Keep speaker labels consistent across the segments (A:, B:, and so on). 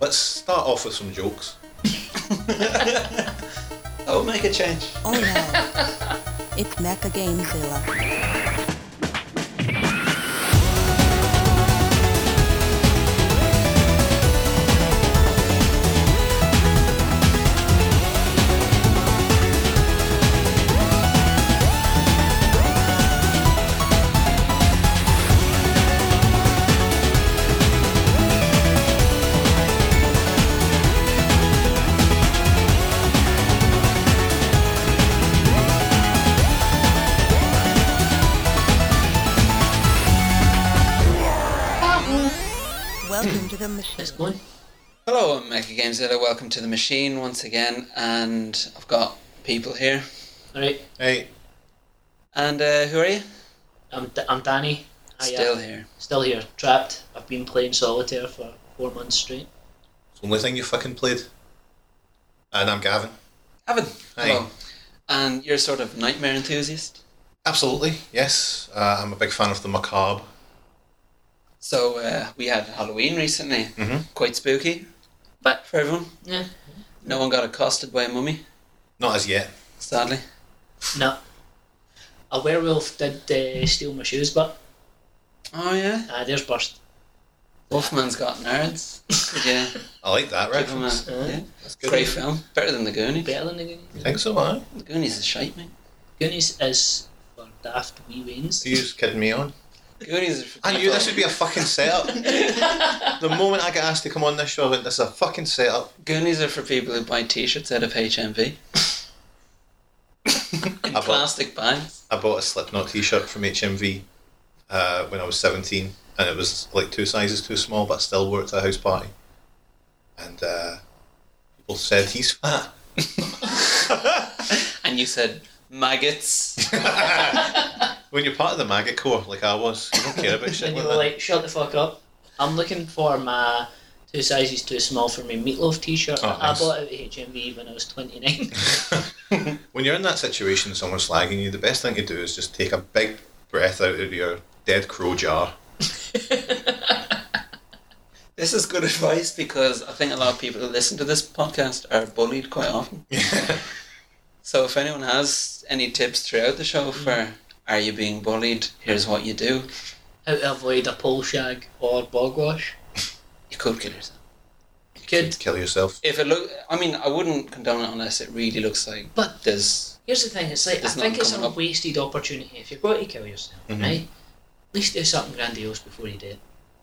A: Let's start off with some jokes. That'll make a change.
B: Oh no. It's Mecha Gamezilla. Welcome to the machine.
C: Hello, I'm Mecha Gamezilla. Welcome to the machine once again, and I've got people here.
D: Alright,
A: Hey,
C: And uh, who are you?
D: I'm, D- I'm Danny. I am
C: Still here.
D: Still here, trapped. I've been playing solitaire for four months straight.
A: it's the only thing you fucking played. And I'm Gavin.
C: Evan.
A: Hi.
C: Hello. And you're sort of nightmare enthusiast.
A: Absolutely, yes. Uh, I'm a big fan of the macabre.
C: So uh, we had Halloween recently.
A: Mm-hmm.
C: Quite spooky.
D: But-
C: for everyone,
D: Yeah.
C: no one got accosted by a mummy,
A: Not as yet.
C: sadly.
D: No. A werewolf did uh, steal my shoes, but
C: Oh yeah.
D: uh, there's burst.
C: Wolfman's got nerds. Yeah.
A: I like that
C: Give him a-
A: reference.
C: yeah.
A: That's good.
C: Great film. Better than the Goonies.
D: Better than the Goonies.
A: Think so, huh?
C: The Goonies is shite, mate.
D: Goonies is for daft wee wanes.
A: You just kidding me on?
C: Goonies is. for
A: I knew
C: people-
A: this would be a fucking setup. the moment I got asked to come on this show, I went, this is a fucking setup.
C: Goonies are for people who buy T-shirts out of HMV. In
A: bought-
C: plastic bags.
A: I bought a Slipknot t-shirt from HMV uh, when I was 17 and it was like two sizes too small but I still wore it to a house party and uh, people said he's fat
C: And you said maggots.
A: when you're part of the maggot corps like I was you don't care about shit
D: And you
A: like
D: were
A: that
D: like, shut the fuck up. I'm looking for my two sizes too small for my meatloaf t shirt.
A: Oh, nice.
D: I bought it at HMV when I was 29.
A: when you're in that situation someone's slagging you the best thing to do is just take a big breath out of your dead crow jar
C: This is good advice because I think a lot of people who listen to this podcast are bullied quite often. so if anyone has any tips throughout the show for are you being bullied, here's what you do.
D: How to avoid a pole shag or bogwash.
C: You could kill yourself.
D: Could
A: kill yourself
C: If it look, I mean, I wouldn't condone it unless it really looks like
D: But-
C: there's
D: Here's the thing, it's like
C: There's
D: I think
C: nothing
D: it's
C: coming
D: a
C: up. Mm-hmm.
D: wasted opportunity if you're going to kill yourself, right? At least do something grandiose before you do it.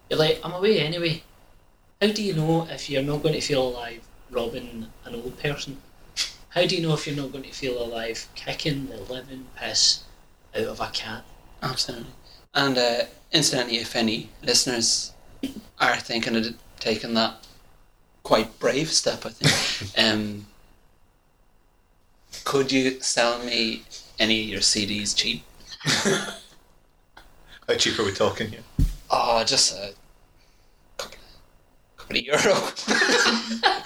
D: You're like, I'm away anyway. How do you know if you're not going to feel alive robbing an old person? How do you know if you're not going to feel alive kicking the living piss out of a cat?
C: Absolutely. And uh, incidentally, if any listeners are thinking of taking that quite brave step, I think, um, could you sell me any of your CDs cheap?
A: how cheap are we talking here
C: Oh, just a couple, couple of euro.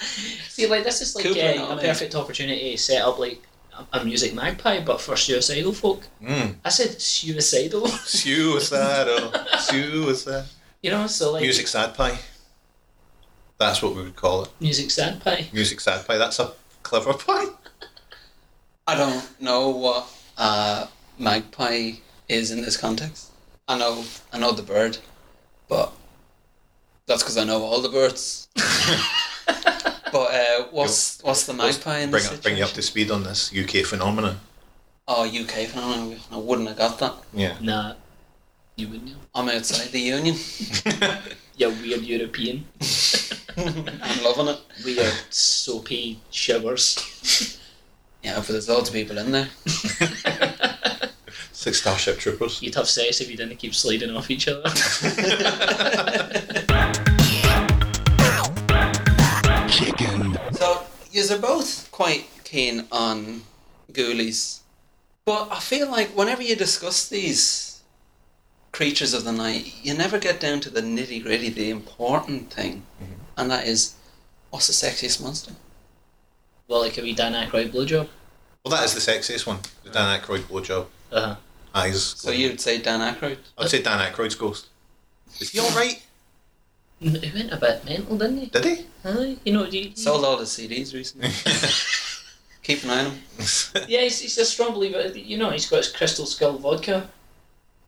D: See, like this is like
C: Cool,
D: uh,
C: no,
D: a
C: mate.
D: perfect opportunity to set up like a- a music magpie, but for suicidal folk.
A: mm.
D: I said suicidal,
A: suicidal suicide
D: you know. So like
A: music sad pie that's what we would call it
D: music sad pie.
A: music sad pie. That's a clever pie.
C: I don't know what uh, magpie is in this context. I know, I know the bird, but that's because I know all the birds. but uh, what's what's the magpie in
A: bring,
C: this
A: up, bring you up to speed on this UK phenomenon.
C: Oh, UK phenomenon. I wouldn't have got that.
A: Yeah.
D: Nah, you wouldn't. Know.
C: I'm outside the union.
D: You're weird European.
C: I'm loving it.
D: Weird soapy showers.
C: Yeah, but there's loads of people in there.
A: Six Starship Troopers.
D: You'd have sex if you didn't keep sliding off each other.
C: So you're both quite keen on ghoulies, but I feel like whenever you discuss these creatures of the night, you never get down to the nitty gritty, the important thing, and that is what's the sexiest monster?
D: well, like a wee Dan Aykroyd blowjob.
A: Well, that is the sexiest one. The Dan Aykroyd blowjob.
D: Uh-huh.
A: Eyes. Mm-hmm.
C: So you'd say Dan Aykroyd.
A: I'd say Dan Aykroyd's ghost. Is he all right?
D: He went a bit mental, didn't he?
A: Did he?
D: Aye, you know, he,
C: Sold all his CDs recently. Keep an eye on him.
D: yeah, he's, he's a strong believer. You know, he's got his Crystal Skull vodka.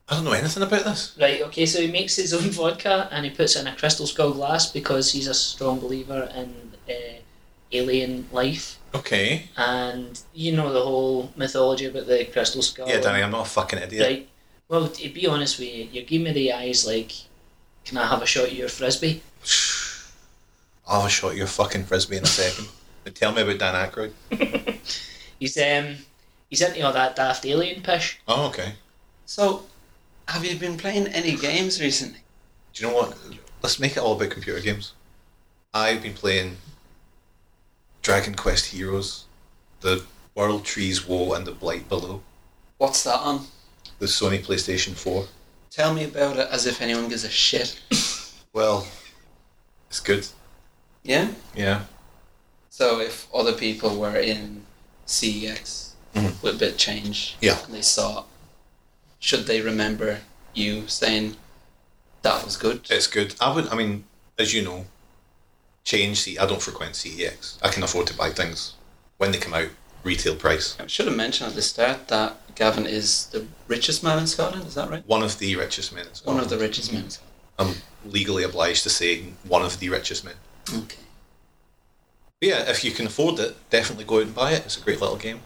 A: I don't know anything about this.
D: Right, okay, so he makes his own vodka and he puts it in a Crystal Skull glass because he's a strong believer in uh, alien life.
A: Okay.
D: And you know the whole mythology about the Crystal Skull.
A: Yeah, Danny, I'm not a fucking idiot.
D: Right. Well, to be honest with you, you gave me the eyes like, can I have a shot at your frisbee?
A: I'll have a shot at your fucking frisbee in a second. but tell me about Dan Aykroyd.
D: He's um, he's into all that daft alien pish.
A: Oh, okay.
C: So, have you been playing any games recently?
A: Do you know what? Let's make it all about computer games. I've been playing Dragon Quest Heroes, the World Trees Woe, and the Blight Below,
C: What's that on?
A: the Sony PlayStation 4.
C: Tell me about it as if anyone gives a shit.
A: Well, it's good.
C: Yeah?
A: Yeah.
C: So, if other people were in CEX
A: Mhm.
C: with a bit of change
A: Yeah.
C: and they saw it, should they remember you saying that was good?
A: It's good. I would. I mean, as you know, change. C. I don't frequent CEX. I can afford to buy things when they come out retail price.
C: I should have mentioned at the start that Gavin is the richest man in Scotland, is that right?
A: One of the richest men. in
C: One of
A: Scotland.
C: the richest men in Scotland.
A: I'm legally obliged to say one of the richest men.
C: Okay.
A: But yeah, if you can afford it, definitely go out and buy it. It's a great little game.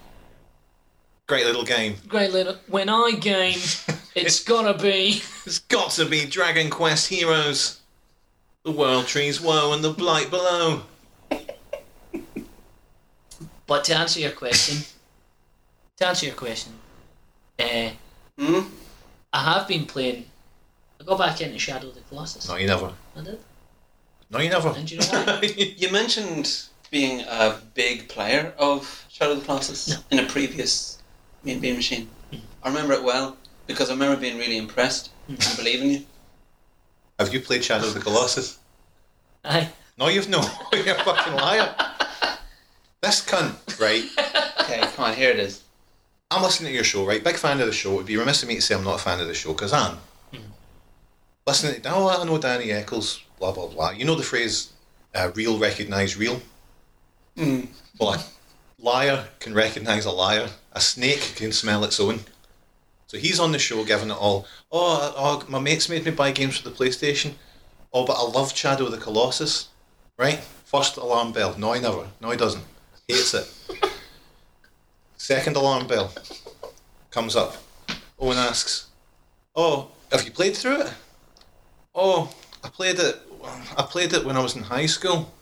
A: Great little game.
D: Great little. When I game, it's gonna be.
A: It's got to be Dragon Quest Heroes. The World Trees Woe and the Blight Below.
D: But to answer your question, to answer your question, uh,
C: Hmm?
D: I have been playing. I got back into Shadow of the Colossus.
A: No, you never.
D: I did.
A: No, you never.
D: And do you know why?
C: You mentioned being a big player of Shadow of the Colossus
D: No.
C: in a previous Mean Bean Machine. I remember it well because I remember being really impressed and believing you.
A: Have you played Shadow of the Colossus?
D: Aye.
A: No, you've not. You're a fucking liar. This cunt, right?
C: Okay, come on, here it is.
A: I'm listening to your show, right? Big fan of the show. It'd be remiss of me to say I'm not a fan of the show, because I'm. Listening to, oh, I know Danny Eccles, blah, blah, blah. You know the phrase, uh, real recognise real?
C: Mm.
A: Well, a liar can recognise a liar. A snake can smell its own. So he's on the show giving it all. Oh, oh, my mates made me buy games for the PlayStation. Oh, but I love Shadow of the Colossus. Right? First alarm bell. No, he never. No, he doesn't. Hates it. Second alarm bell comes up. Owen asks, "Oh, have you played through it?" "Oh, I played it. I played it when I was in high school."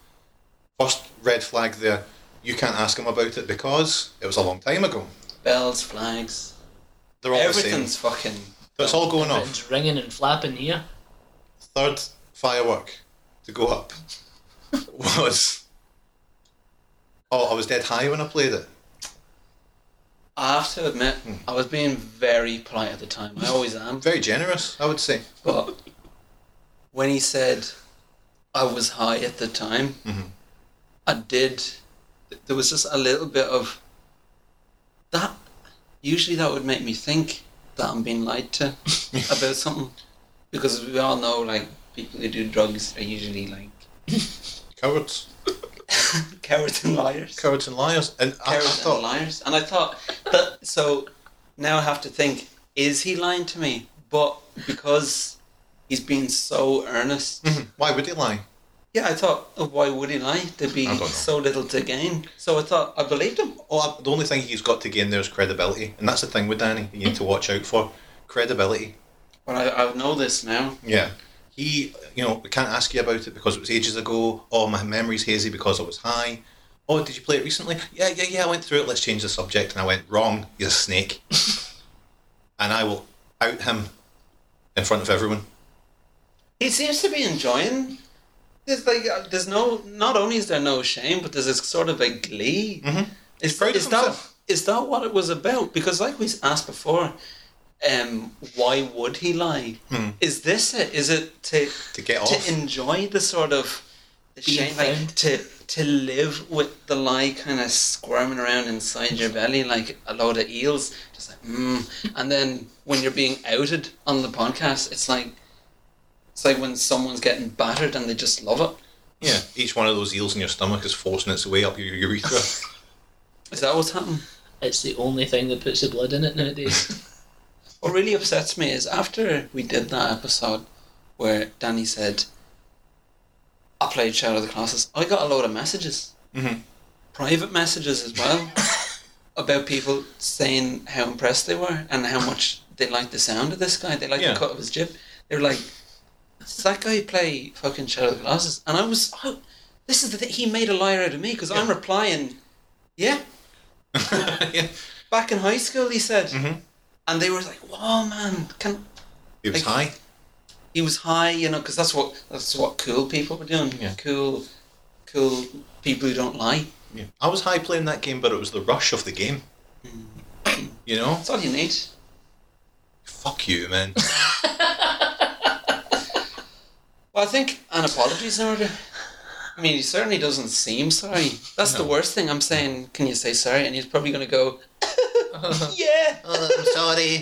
A: First red flag there. You can't ask him about it because it was a long time ago.
C: Bells, flags,
A: They're all the same.
C: everything's fucking.
A: So it's all going off.
D: It's ringing and flapping here.
A: Third firework to go up was. Oh, I was dead high when I played it.
C: I have to admit, I was being very polite at the time. I always am.
A: Very generous, I would say.
C: But when he said I was high at the time, I did. There was just a little bit of that. Usually, that would make me think that I'm being lied to about something, because we all know like people who do drugs are usually like
A: Cowards,
C: cowards and liars.
A: cowards and liars. And I, I
C: Cowards
A: thought,
C: and liars. And I thought that. So now I have to think: Is he lying to me? But because he's being so earnest.
A: "Mhm, why would he lie?
C: Yeah, I thought, oh, why would he lie? There'd be
A: I don't know.
C: so little to gain. So I thought, I believed him.
A: Oh, I- the only thing he's got to gain there is credibility, and that's the thing with Danny that you need to watch out for credibility.
C: But I, I know this now.
A: Yeah, he, you know, we can't ask you about it because it was ages ago. Oh, my memory's hazy because I was high. Oh, did you play it recently? Yeah, yeah, yeah. I went through it. Let's change the subject, and I went wrong. He's a snake, and I will out him in front of everyone.
C: He seems to be enjoying. There's like, uh, there's no. Not only is there no shame, but there's this sort of a glee. Mm-hmm. Is,
A: proud of
C: is that
A: himself.
C: is that what it was about? Because like we asked before, um, why would he lie? Is this it? Is it to
A: Hmm. To get off.
C: to enjoy the sort of the
D: Being
C: shame, like
D: found.
C: to to live with the lie kind of squirming around inside your belly like a load of eels, just like mm. and then when you're being outed on the podcast, it's like It's like when someone's getting battered and they just love it.
A: Yeah, each one of those eels in your stomach is forcing its way up your urethra.
C: Is that what's happened?
D: It's the only thing that puts the blood in it nowadays.
C: What really upsets me is after we did that episode where Danny said, I played Shadow of the Colossus, I got a load of messages.
A: Mhm.
C: Private messages as well about people saying how impressed they were and how much they liked the sound of this guy. They liked
A: Yeah.
C: the cut of his jib. They were like, Does that guy play fucking Shadow of the Colossus? And I was, oh, this is the thing. He made a liar out of me because I'm replying, Yeah,
A: yeah.
C: back in high school, he said.
A: Mhm.
C: And they were like, Wow, man, can
A: It was
C: Like-
A: high.
C: he was high, you know, because that's what that's what cool people were doing.
A: Yeah.
C: Cool, cool people who don't lie.
A: Yeah. I was high playing that game, but it was the rush of the game. You know?
C: That's all you need.
A: Fuck you, man.
C: Well, I think an apology's in order. I mean, he certainly doesn't seem sorry. That's the
A: No.
C: worst thing. I'm saying, can you say sorry? And he's probably going to go,
A: Uh-huh.
C: yeah,
A: I'm sorry.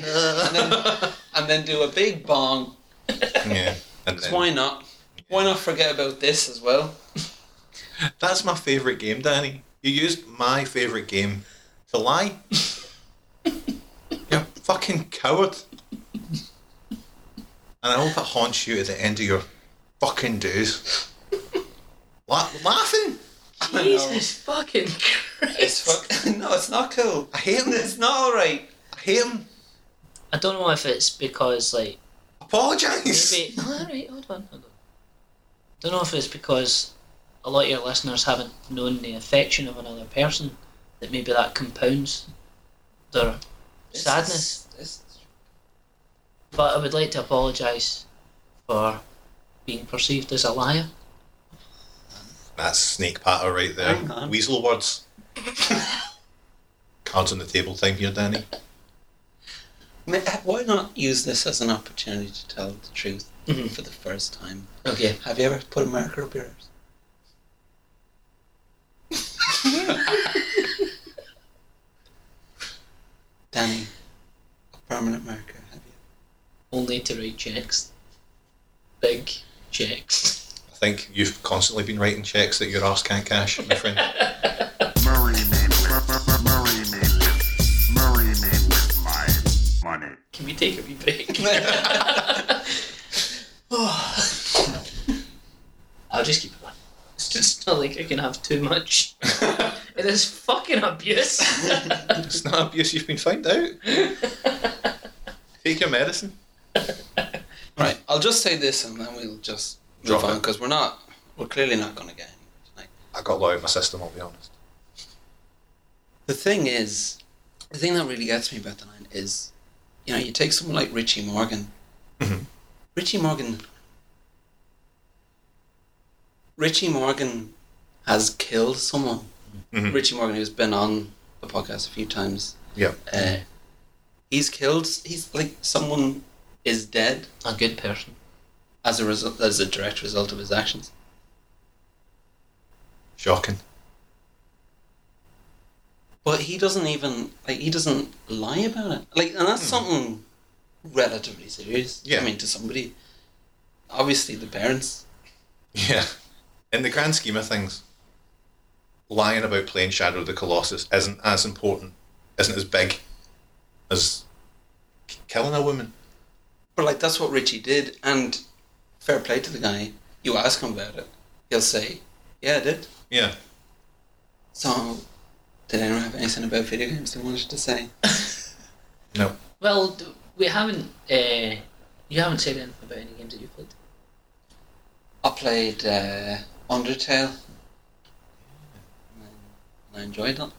C: and then do a big bong.
A: yeah. And
C: Because
A: then-
C: why not? Why not forget about this as well?
A: That's my favourite game, Danny. You used my favourite game to lie. You're a fucking coward. And I hope it haunts you at the end of your fucking days. La- laughing?
D: Jesus fucking
C: It's
D: Christ!
C: fuck. no, it's not cool.
A: I hate him.
C: It's not all right.
A: I hate him.
D: I don't know if it's because like
A: Apologise.
D: maybe. all right, Oh, hold on, hold on. Don't know if it's because a lot of your listeners haven't known the affection of another person that maybe that compounds their
C: It's-
D: sadness.
C: it's- it's-
D: But I would like to apologise for being perceived as a liar.
A: That's snake patter right there.
C: Hang on.
A: Weasel words. Cards on the table time here, Danny.
C: Ma- Why not use this as an opportunity to tell the truth
A: Mm-hmm.
D: Mhm.
C: for the first time?
D: Okay.
C: Have you ever put a marker up your ears? Danny, a permanent marker, have you?
D: Only to write checks. Big checks.
A: I think you've constantly been writing checks that your arse can't cash, my friend.
E: Murray me with, Murray me with, Murray me with my money.
D: Can we take a wee break? I'll just keep it on. It's just not like I can have too much. it is fucking abuse.
A: It's not abuse, you've been found out. Take your medicine.
C: Right, I'll just say this and then we'll just move
A: Drop
C: on
A: it.
C: because we're not, we're clearly not going to get anywhere tonight.
A: I got a lot out of my system, I'll be honest.
C: The thing is, the thing that really gets me about the line is, you know, you take someone like Richie Morgan.
A: Mhm.
C: Richie Morgan. Richie Morgan has killed someone.
A: Mhm.
C: Richie Morgan, who's been on the podcast a few times,
A: Yeah.
C: uh, he's killed. He's like someone is dead
D: A good person.
C: as a result, as a direct result of his actions.
A: Shocking.
C: But he doesn't even like he doesn't lie about it. Like, and that's something relatively serious.
A: Yeah.
C: I mean, to somebody, obviously the parents.
A: Yeah. In the grand scheme of things, lying about playing Shadow of the Colossus isn't as important, isn't as big as k- killing a woman.
C: But like that's what Richie did, and fair play to the guy. You ask him about it, he'll say, "Yeah, I did."
A: Yeah.
C: So, did anyone have anything about video games they wanted to say?
A: No.
D: Well, d- we haven't. Uh, you haven't said anything about any games that you've played.
C: I played uh, Undertale, and I enjoyed it.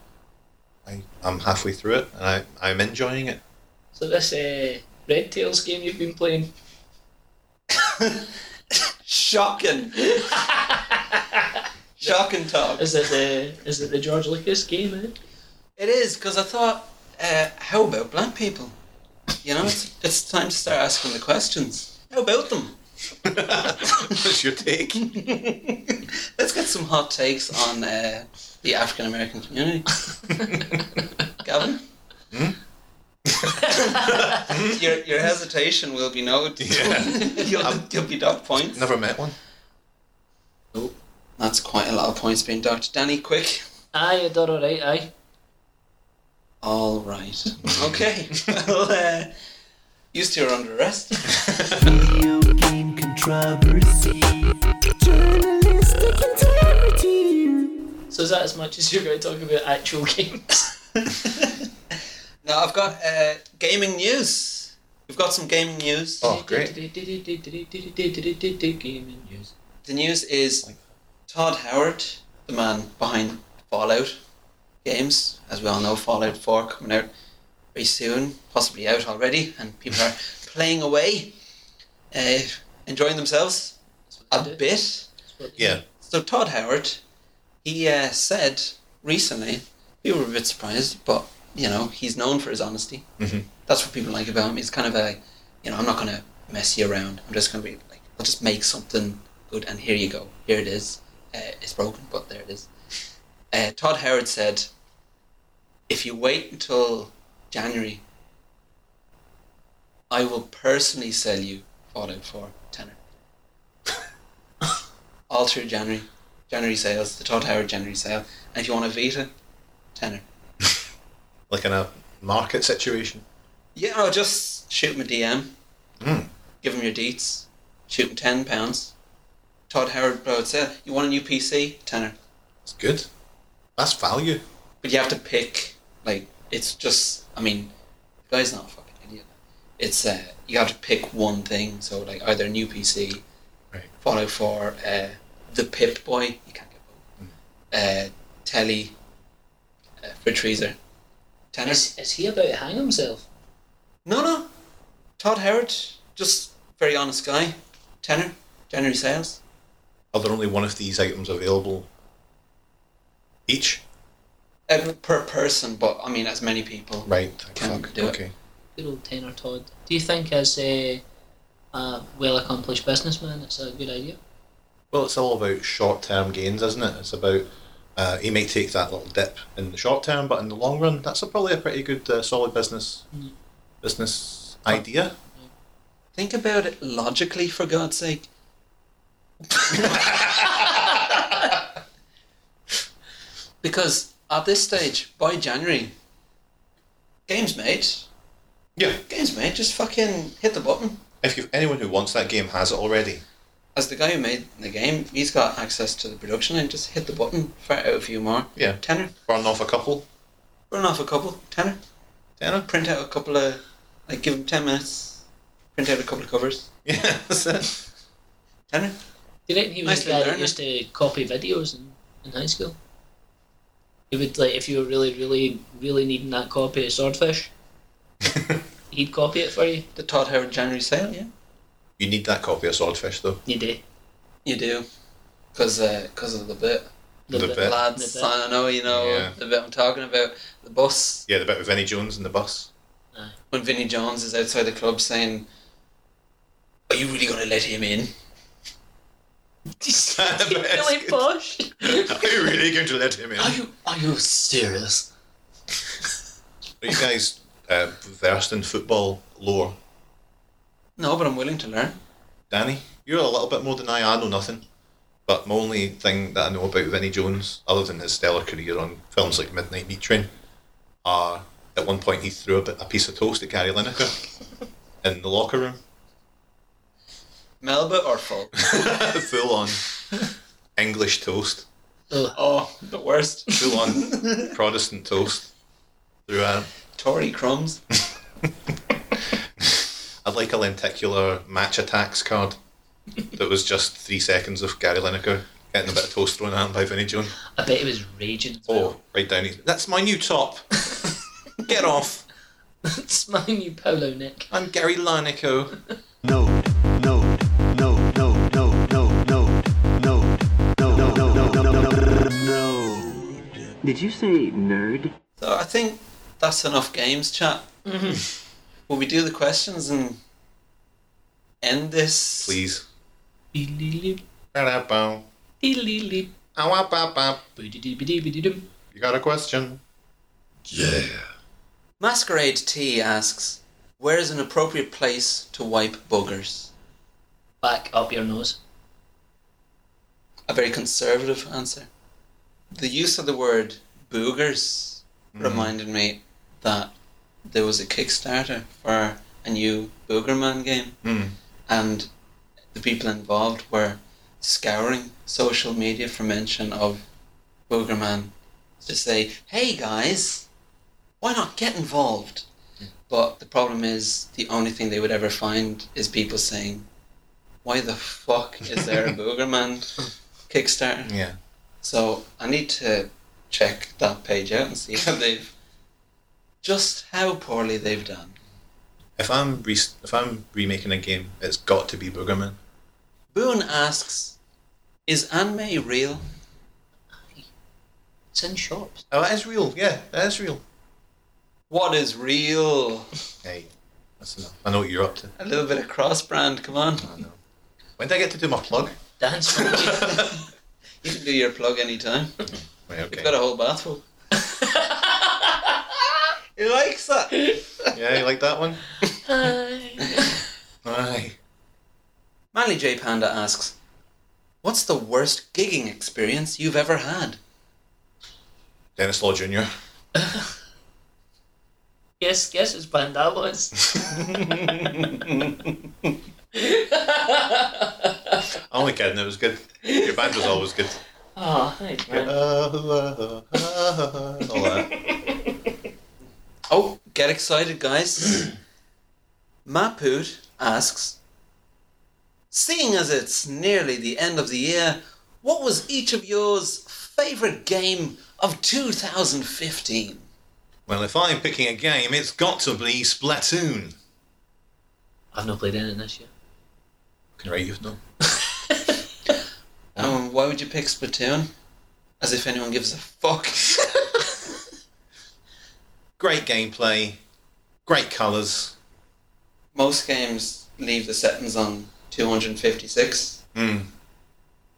A: I, I'm halfway through it and I, I'm enjoying it.
D: So this uh, Red Tails game you've been playing.
C: Shocking. Shocking talk.
D: Is it the is it the George Lucas game? Eh?
C: It is because I thought, uh, how about black people? You know, it's, it's time to start asking the questions. How about them?
A: That's your take.
C: Let's get some hot takes on uh, the African American community. Gavin, Your, your hesitation will be noted.
A: Yeah.
C: you'll,
A: I'm-
C: you'll be docked points.
A: Never met one.
D: Nope.
C: That's quite a lot of points being docked. Danny, quick.
D: Aye, I done alright, aye.
C: All right. Okay. well, uh, used to your under arrest.
F: Video game controversy. Journalistic integrity.
D: So is that as much as you're going to talk about actual games?
C: Now I've got uh, gaming news. We've got some gaming news.
A: Oh, great.
D: Gaming news.
C: The news is Todd Howard, the man behind Fallout games, as we all know, Fallout 4 coming out very soon, possibly out already, and people are playing away, uh, enjoying themselves a bit.
A: Yeah.
C: So Todd Howard, he uh, said recently, we were a bit surprised, but you know he's known for his honesty.
A: Mhm.
C: That's what people like about him. He's kind of a, you know, I'm not gonna mess you around. I'm just gonna be like, I'll just make something good, and here you go. Here it is. Uh, it's broken, but there it is. Uh, Todd Howard said, if you wait until January, I will personally sell you Fallout 4 tenner all through January. January sales, the Todd Howard January sale. And if you want a Vita, tenner.
A: Like in a market situation.
C: Yeah, or just shoot him a DM.
A: Mm.
C: Give him your deets. Shoot him ten pounds. Todd Howard Broad sale. You want a new PC? Tenner.
A: It's good. That's value.
C: But you have to pick. Like it's just. I mean, the guy's not a fucking idiot. It's uh, you have to pick one thing. So like either a new PC,
A: Right.
C: Fallout Four, uh, the Pip Boy. You can't get both. Uh, Telly, uh, Fridge Freezer, tenner.
D: Is, is he about to hang himself?
C: No, no. Todd Howard, just very honest guy. Tenor, January sales.
A: Are there only one of these items available each?
C: Um, per person, but I mean, as many people.
A: Right.
C: Can
A: Fuck.
C: do it.
A: Okay.
D: Good old tenor Todd. Do you think as a, a well accomplished businessman it's a good idea?
A: Well, it's all about short term gains, isn't it? It's about uh, he may take that little dip in the short term, but in the long run, that's a, probably a pretty good, uh, solid business
C: Mm.
A: business idea.
C: Think about it logically, for God's sake. because at this stage, by January, games made.
A: Yeah.
C: Games made. Just fucking hit the button.
A: If you anyone who wants that game has it already,
C: As the guy who made the game, he's got access to the production and just hit the button, fart out a few more.
A: Yeah.
C: Tenor.
A: burn off a couple,
C: Run off a couple, tenner.
A: tenner.
C: Print out a couple of, like, give them ten minutes. Print out a couple of covers,
A: Yeah, that's it.
C: tenner.
D: Do you reckon he was
C: Nice
D: the guy
C: learner.
D: that used to copy videos in, in high school? He would like if you were really, really, really needing that copy of Swordfish, he'd copy it for you.
C: The Todd Howard January sale, yeah.
A: You need that copy of Swordfish though.
D: You do.
C: You do, cause uh, 'cause of the bit,
A: The
D: Little
A: bit.
C: lads.
D: The bit.
C: I know you know
A: Yeah.
C: the bit I'm talking about. The bus
A: Yeah, the bit with Vinnie Jones and the bus.
C: when Vinnie Jones is outside the club saying, "Are you really gonna let him in?"
D: really posh.
A: Are you really going to let him in? Are
D: you are you serious?
A: you guys uh, versed in football lore?
C: No, but I'm willing to learn.
A: Danny, you're a little bit more than I. I know nothing. But my only thing that I know about Vinnie Jones, other than his stellar career on films like Midnight Meat Train, are at one point he threw a, bit, a piece of toast at Gary Lineker in the locker room,
C: Melba or full?
A: full on English toast,
C: oh, the worst.
A: full on Protestant toast. Threw at him.
C: Tory crumbs.
A: I'd like a lenticular match attacks card that was just three seconds of Gary Lineker getting a bit of toast thrown at him by Vinnie Jones.
D: I bet he was raging. as
A: Oh, right down. his- That's my new top. Get off.
D: well. smiling you polo neck.
A: I'm Gary Lineker.
F: No, no, no, no, no, no, no, no, no, no, no, no, no, no, no.
G: Did you say nerd?
C: So I think that's enough games chat.
A: Mm-hmm.
C: Will we do the questions and end this?
A: Please.
D: Beelilip,
A: Ba-da-bow.
D: beelilip,
A: Ow-ah-bah-bah.
D: boodidibidibididum.
A: You got a question?
C: Masquerade T asks, where is an appropriate place to wipe boogers?
D: Back up your nose.
C: A very conservative answer. The use of the word boogers reminded me that there was a Kickstarter for a new Boogerman game,
A: Mm.
C: and the people involved were scouring social media for mention of Boogerman to say, hey guys, why not get involved? But the problem is, the only thing they would ever find is people saying, why the fuck is there a Boogerman Kickstarter?
A: Yeah.
C: So I need to check that page out and see how they've just how poorly they've done.
A: If I'm re- if I'm remaking a game, it's got to be Boogerman.
C: Boone asks, "Is anime real?"
D: It's in shops.
A: Oh, that is real. Yeah, that is real.
C: What is real?
A: Hey, that's enough. I know what you're up to.
C: A little bit of cross brand, come on.
A: I know. When did I get to do my plug?
D: Dance monkey.
C: You can do your plug anytime. You've
A: Right, okay.
C: got a whole bath full. he likes that.
A: Yeah, you like that one? Aye.
C: Manly J Panda asks, "What's the worst gigging experience you've ever had?"
A: Dennis Law Jr.
D: guess, guess whose band that was?
A: I'm only kidding, it was good. Your band was always good.
D: Oh, thanks,
A: All
D: man.
A: that.
C: Oh, get excited, guys. Mapoot asks Seeing as it's nearly the end of the year, what was each of yours favourite game of 2015?
A: Well, if I'm picking a game, it's got to be Splatoon.
D: I've not played anything this year.
A: Can I write you no?
C: Um, why would you pick Splatoon? As if anyone gives a fuck.
A: Great gameplay, great colours.
C: Most games leave the settings on 256.
A: Mm.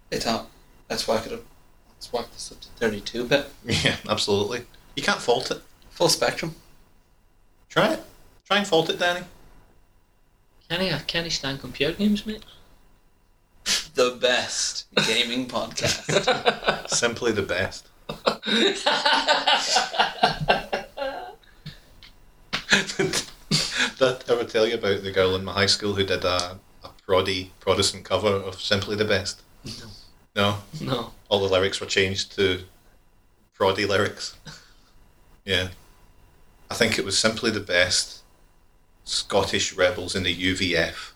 C: They thought, let's whack it up. Let's whack this up to 32 bit.
A: Yeah, absolutely. You can't fault it.
C: Full spectrum.
A: Try it. Try and fault it, Danny.
D: Can I, can I stand computer games, mate?
C: The best gaming podcast.
A: Simply the best. Did I ever tell you about the girl in my high school who did a, a proddy Protestant cover of Simply the Best? No. No?
D: No.
A: All the lyrics were changed to proddy lyrics. Yeah. I think it was Simply the Best Scottish Rebels in the UVF.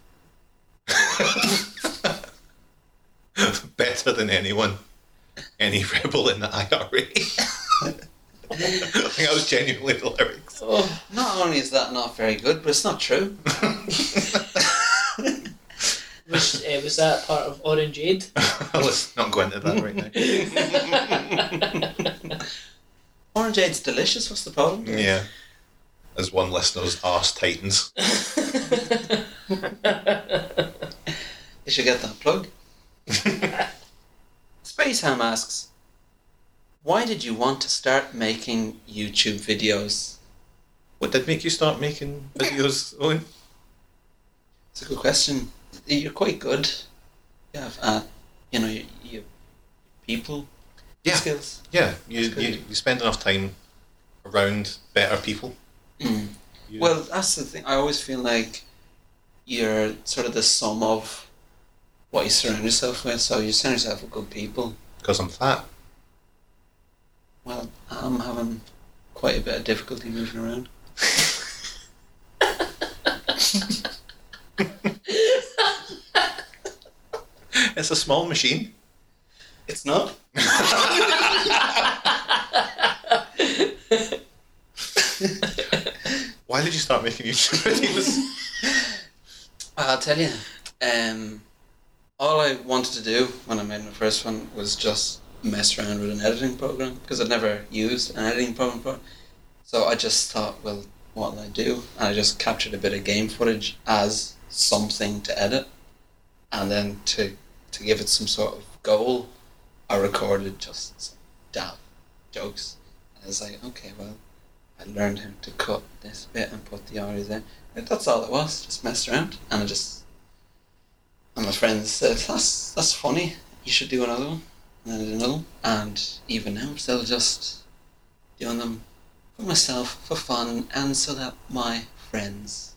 A: Better than anyone any rebel in the IRA. I think that was genuinely the lyrics.
D: Oh,
C: Not only is that not very good, but it's not true.
D: was, uh, was that part of Orangeade?
A: Let's not go into that right now.
C: Orangeade's delicious, what's the problem?
A: Yeah. As one listener's arse titans.
C: You should get that plug. Space Ham asks, why did you want to start making YouTube videos?
A: What did make you start making videos, Owen?
C: It's a good question. You're quite good. You have, uh, you know, your, your people
A: Yeah.
C: skills.
A: Yeah, you, you, you spend enough time around better people. You-
C: Well, that's the thing. I always feel like you're sort of the sum of what you surround yourself with. So you surround yourself with good people.
A: Because I'm fat.
C: Well, I'm having quite a bit of difficulty moving around.
A: It's a small machine.
C: It's not.
A: Why did you start making YouTube videos?
C: I'll tell you. Um, all I wanted to do when I made my first one was just mess around with an editing program because I'd never used an editing program before. So I just thought, well, what'll I do? And I just captured a bit of game footage as something to edit, and then to to give it some sort of goal, I recorded just some dab jokes. And I was like, okay, well, I learned how to cut this bit and put the R's in. And that's all it was. Just messed around, and I just and my friends said, "That's that's funny. You should do another one." And I did another one, and even now I'm still just doing them for myself, for fun, and so that my friends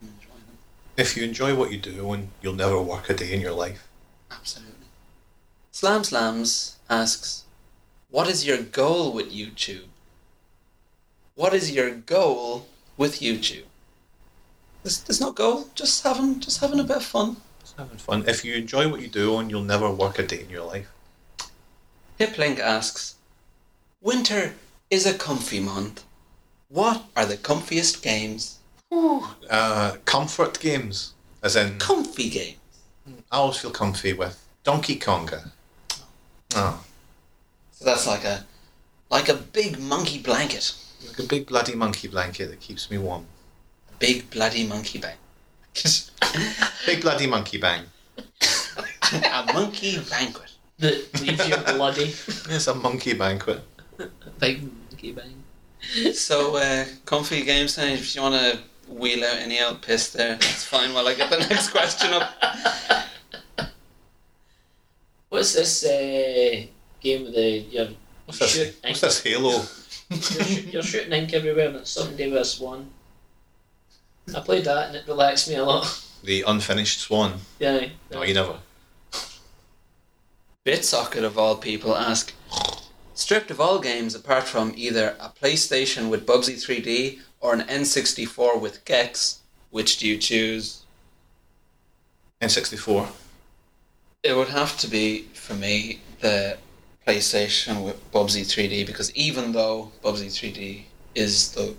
C: can enjoy them.
A: If you enjoy what you do, and you'll never work a day in your life.
C: Absolutely. Slam Slams asks, What is your goal with YouTube? What is your goal with YouTube? There's, there's no goal, just having just having a bit of fun.
A: It's having fun. If you enjoy what you do, and you'll never work a day in your life.
C: Hiplink asks, Winter is a comfy month. What are the comfiest games?
A: Uh, comfort games, as in
C: Comfy game.
A: I always feel comfy with Donkey Konga. Oh,
C: So that's like a like a big monkey blanket.
A: like a big bloody monkey blanket that keeps me warm.
C: A big bloody monkey bag.
A: Big bloody monkey bang.
C: a monkey banquet.
D: That leaves you bloody.
A: It's a monkey banquet.
D: Big monkey bang.
C: So, uh, comfy games, and if you want to wheel out any old piss there, that's fine while I get the next question up.
D: What's this uh, game with the you're,
A: What's
D: you
A: this,
D: shoot ink,
A: what's this Halo?
D: You're, shoot- you're shooting ink everywhere and it's something to do with a swan. I played that and it relaxed me a lot.
A: The unfinished swan.
D: Yeah.
A: No, you never.
C: Bitsocket, of all people, ask Stripped of all games apart from either a PlayStation with Bubsy 3D or an N64 with Gex, which do you choose?
A: N64.
C: It would have to be, for me, the PlayStation with Bubsy 3D because even though Bubsy 3D is the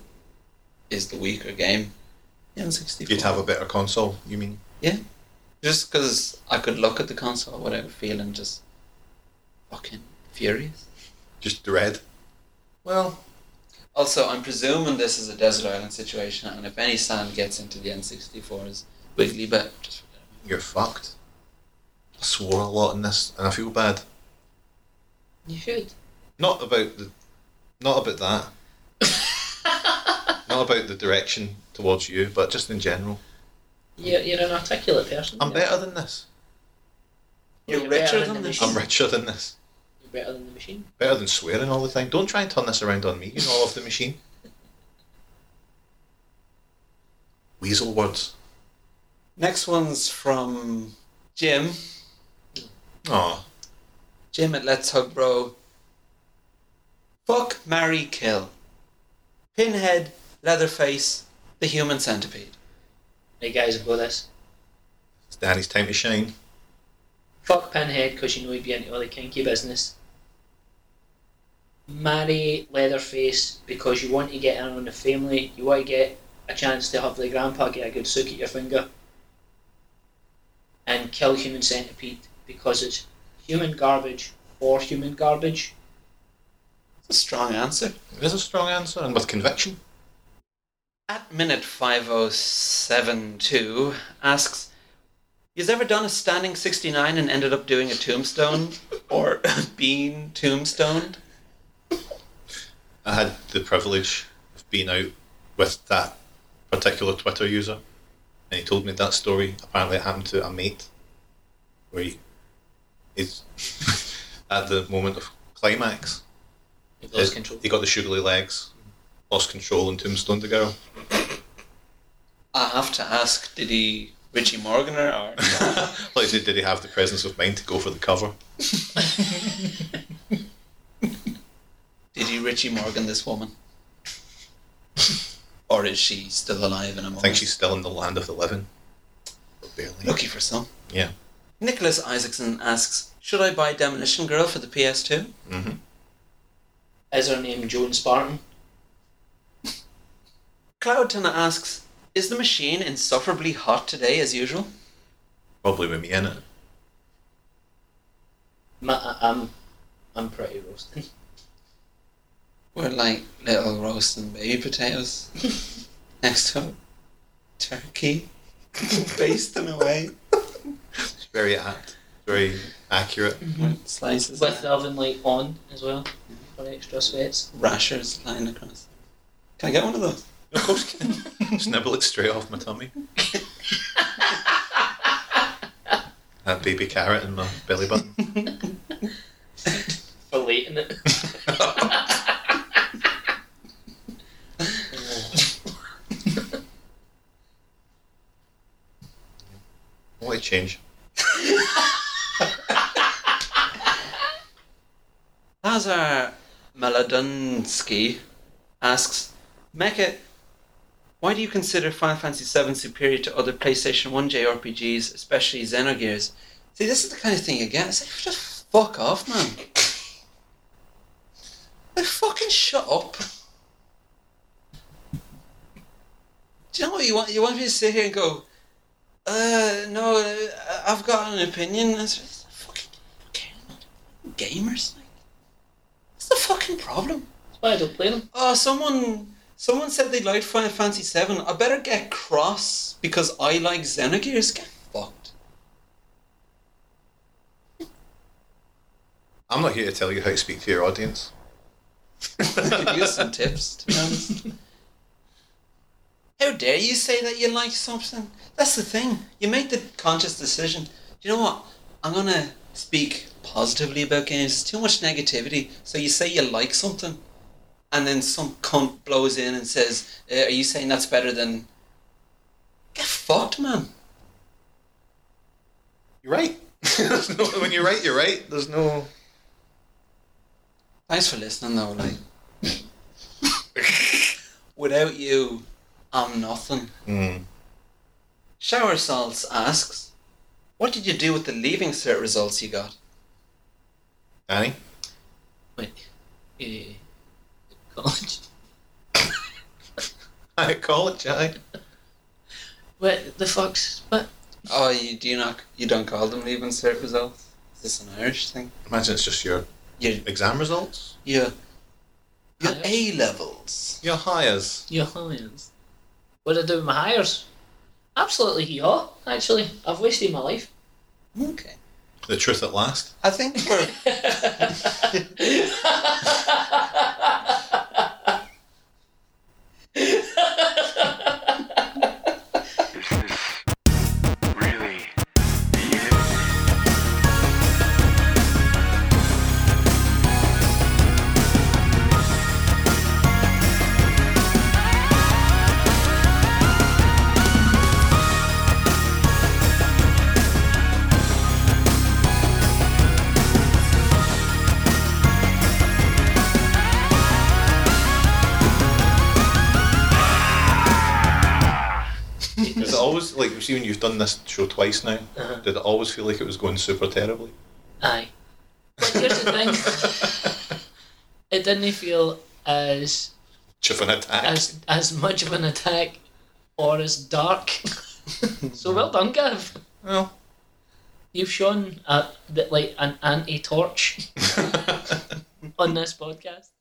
C: is the weaker game, N64.
A: You'd have a better console, you mean?
C: Just because I could look at the console without feeling just fucking furious.
A: Just dread. Well,
C: Also, I'm presuming this is a desert island situation, and if any sand gets into the N64's wiggly bit, just forget about
A: you're fucked. I swore a lot in this, and I feel bad.
D: You should.
A: Not about the, not about that. not about the direction towards you, but just in general.
D: You're, you're an articulate person.
A: I'm
D: you know.
A: better than this.
C: it.
D: You're better than the
A: I'm richer than this.
D: You're better than the machine.
A: Better than swearing all the time. Don't try and turn this around on me. You know, off the machine. Weasel words.
C: Next one's from Jim.
A: Aw.
C: Jim at Let's Hug Bro. Fuck, marry, kill. Pinhead, Leatherface, the Human Centipede.
D: Right, guys, I've got this.
A: It's Danny's time to shine.
D: Fuck Pinhead because you know he'd be into all the kinky business. Marry Leatherface because you want to get in on the family. You want to get a chance to have the grandpa get a good sook at your finger. And kill Human Centipede because it's human garbage for human garbage.
C: It's a strong answer.
A: There's a strong answer, and with conviction.
C: At minute 5072 asks, You've ever done a standing 69 and ended up doing a tombstone or being tombstoned?
A: I had the privilege of being out with that particular Twitter user, and he told me that story. Apparently, it happened to a mate, where he is at the moment of climax.
D: You've lost control.
A: He got the sugary legs, lost control, and tombstoned the girl.
C: I have to ask, did he Richie Morganer or
A: Like, did did he have the presence of mind to go for the cover?
C: did he Richie Morgan this woman? or is she still alive in a moment?
A: I think she's still in the land of the living. Or Barely.
C: lucky for some.
A: Yeah.
C: Nicholas Isaacson asks, Should I buy Demolition Girl for the PS2?
D: Is her name Joan Spartan?
C: Cloudton asks, Is the machine insufferably hot today as usual?
A: Probably with me in it.
D: Ma- I- I'm, I'm pretty roasted.
C: We're like little roasting baby potatoes next to a turkey, basting away.
A: It's very apt. Very accurate.
C: With slices
D: With
C: of
D: the oven light on as well for extra sweats.
C: rashers lying across. Can I get one of those?
A: Of course, you can. snibble it straight off my tummy. that baby carrot in my belly button.
D: For late in it.
A: What a change.
C: Lazar Maladunsky uh, asks, Mecha, why do you consider Final Fantasy VII superior to other PlayStation 1 JRPGs, especially Xenogears? See, this is the kind of thing you get. It's like, just fuck off, man. Like, fucking shut up. Do you know what you want? You want me to sit here and go, uh, no, uh, I've got an opinion. That's it's fucking, okay, gamers. Like, what's the fucking problem?
D: That's why I don't play them.
C: Oh, someone someone said they liked Final Fantasy Seven. I better get cross because I like Xenogears. Get fucked.
A: I'm not here to tell you how to speak to your audience.
C: I could use some tips, to be honest. How dare you say that you like something? That's the thing. You make the conscious decision. You know what? I'm gonna speak positively about games. There's too much negativity. So you say you like something, and then some cunt blows in and says, uh, "Are you saying that's better than?" Get fucked, man.
A: You're right. There's no, when you're right, you're right. There's no.
C: Thanks for listening, though. Like, without you, I'm nothing.
A: Mm.
C: Shower Salts asks, "What did you do with the leaving cert results you got?"
A: Danny?
D: Wait. eh, college.
A: I call it, Jai.
D: What the fuck's. What?
C: Oh, you do you not you don't call them leaving cert results? Is this an Irish thing?
A: Imagine it's just your
C: Your
A: exam results,
C: your your
D: Higher?
C: A levels.
A: your hires.
D: Your hires. What did I do with my hires? Absolutely hee haw, actually. I've wasted my life.
C: Okay.
A: The truth at last.
C: I think we're
E: Is this really it?
A: Is it always like you see when you've done this show twice now? Did it always feel like it was going super terribly?
D: Aye. But here's the thing it didn't feel as
A: Chuff an attack.
D: as as much of an attack or as dark. so well done, Gav.
A: well,
D: You've uh, shown a, that like an anti torch on this podcast.